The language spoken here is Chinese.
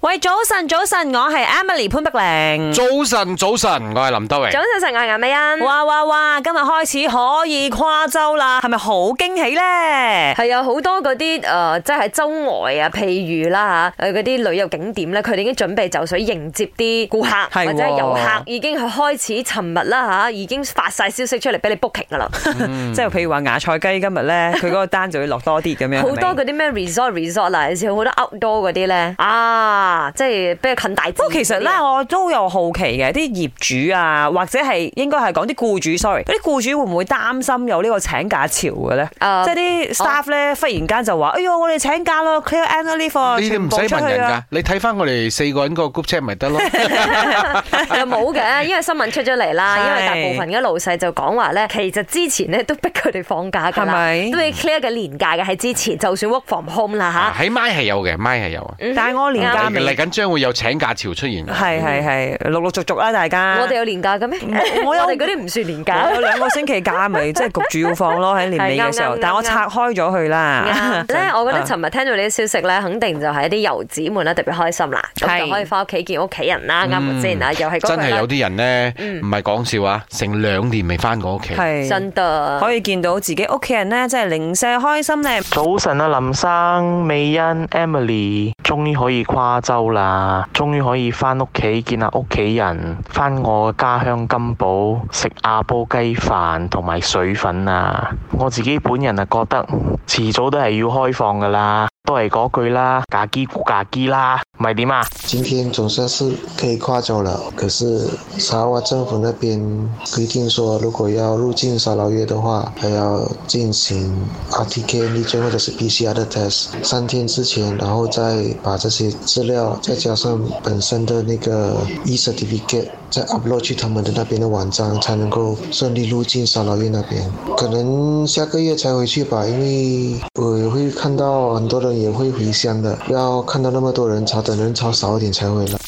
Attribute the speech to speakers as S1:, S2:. S1: 喂，早晨，早晨，我係 Emily 潘碧玲。
S2: 早晨，早晨，我系林德荣
S3: 嗯早。晨，晨我係顏美欣。
S1: 哇哇哇！今日開始可以跨州啦，係咪好驚喜呢？
S3: 係啊，好多嗰啲誒，即係喺州外啊，譬如啦嚇，誒嗰啲旅遊景點咧，佢哋已經準備就緒迎接啲顧客
S1: 係喎
S3: 或者係遊客，已經係開始尋日啦嚇，已經發晒消息出嚟俾你 booking 噶啦，嗯
S1: 即係譬如話芽菜雞今日 呢，佢嗰個單就會落多啲咁樣。
S3: 好多
S1: 係咪
S3: 嗰啲咩 resort resort 啦，有時好多 outdoor 嗰啲咧，啊，即係比較近大自然嗰啲啊。
S1: 不過其實咧，我都有好奇嘅，啲業主啊，或者係應該係講啲僱主，sorry，嗰啲僱主會唔會擔心有呢個請假潮嘅咧？
S3: 誒
S1: 即係
S3: 哦
S1: 啲 staff 咧，忽然間就話：哎呀，我哋請假咯，clear annual leave 啊
S2: 你哋
S1: 全
S2: 唔
S1: 部
S2: 使
S1: 出
S2: 問
S1: 去
S2: 人
S1: 啊！
S2: 噶，你睇翻我哋四個人個 group chat 咪得咯。
S3: 又 冇嘅，因為新聞出咗嚟啦，
S1: 係
S3: 因為大部分嘅老細就講話咧，其實之前咧都逼佢哋放假㗎
S1: 係
S3: 啦
S1: 咪，
S3: 都要 clear 嘅年假嘅喺之前，就算 work from home 啦吓。
S2: 啊喺咪係有嘅，咪係有啊。
S1: 但係我
S3: 嗯
S1: 年假
S2: 嚟
S1: 未
S2: 嚟，緊將會有請假潮出現。
S1: 係係係，陸陸續續啦，大家。
S3: 我哋有年假嘅咩？
S1: 啊嗯我 我有啊
S3: 哋嗰啲唔算年假
S1: 我。有兩個星期假，咪即係焗住要放咯喺年尾嘅時候
S3: 係啱啱啱，
S1: 但我拆開咗佢啦
S3: 啱。咧，我覺得
S1: 啊
S3: 尋日聽到呢啲消息咧，肯定就係一啲遊子們咧特別開心啦，
S1: 係
S3: 咁就可以翻屋企見屋企人啦，啱唔
S1: 嗯
S3: 先啊？又係嗰
S2: 真
S3: 句
S2: 係
S3: 啦
S2: 有，啲人呢，唔係講笑啊，成兩年未翻過屋企。
S1: 係
S3: 真的。
S1: 可以見到自己屋企人咧，真係零舍開心咧。
S4: 早晨啊，林生、美欣、Emily，終於可以跨州啦，終於可以翻屋企見下屋企人，翻我嘅家鄉金寶食阿煲雞飯同埋水粉啊！我自己本人啊覺得遲早都係要開放噶啦，都係嗰句啦，嫁雞顧嫁雞啦，咪點啊？
S5: 今天总算是可以跨州了，可是沙拉瓦政府那边规定说，如果要入境沙捞越的话，还要进行 RTK 逆针或者是 PCR 的 test 三天之前，然后再把这些资料再加上本身的那个 e certificate 再 upload 去他们的那边的网站，才能够顺利入境沙捞越那边。可能下个月才回去吧，因为我也会看到很多人也会回乡的，要看到那么多人，才等人潮少一点才回来。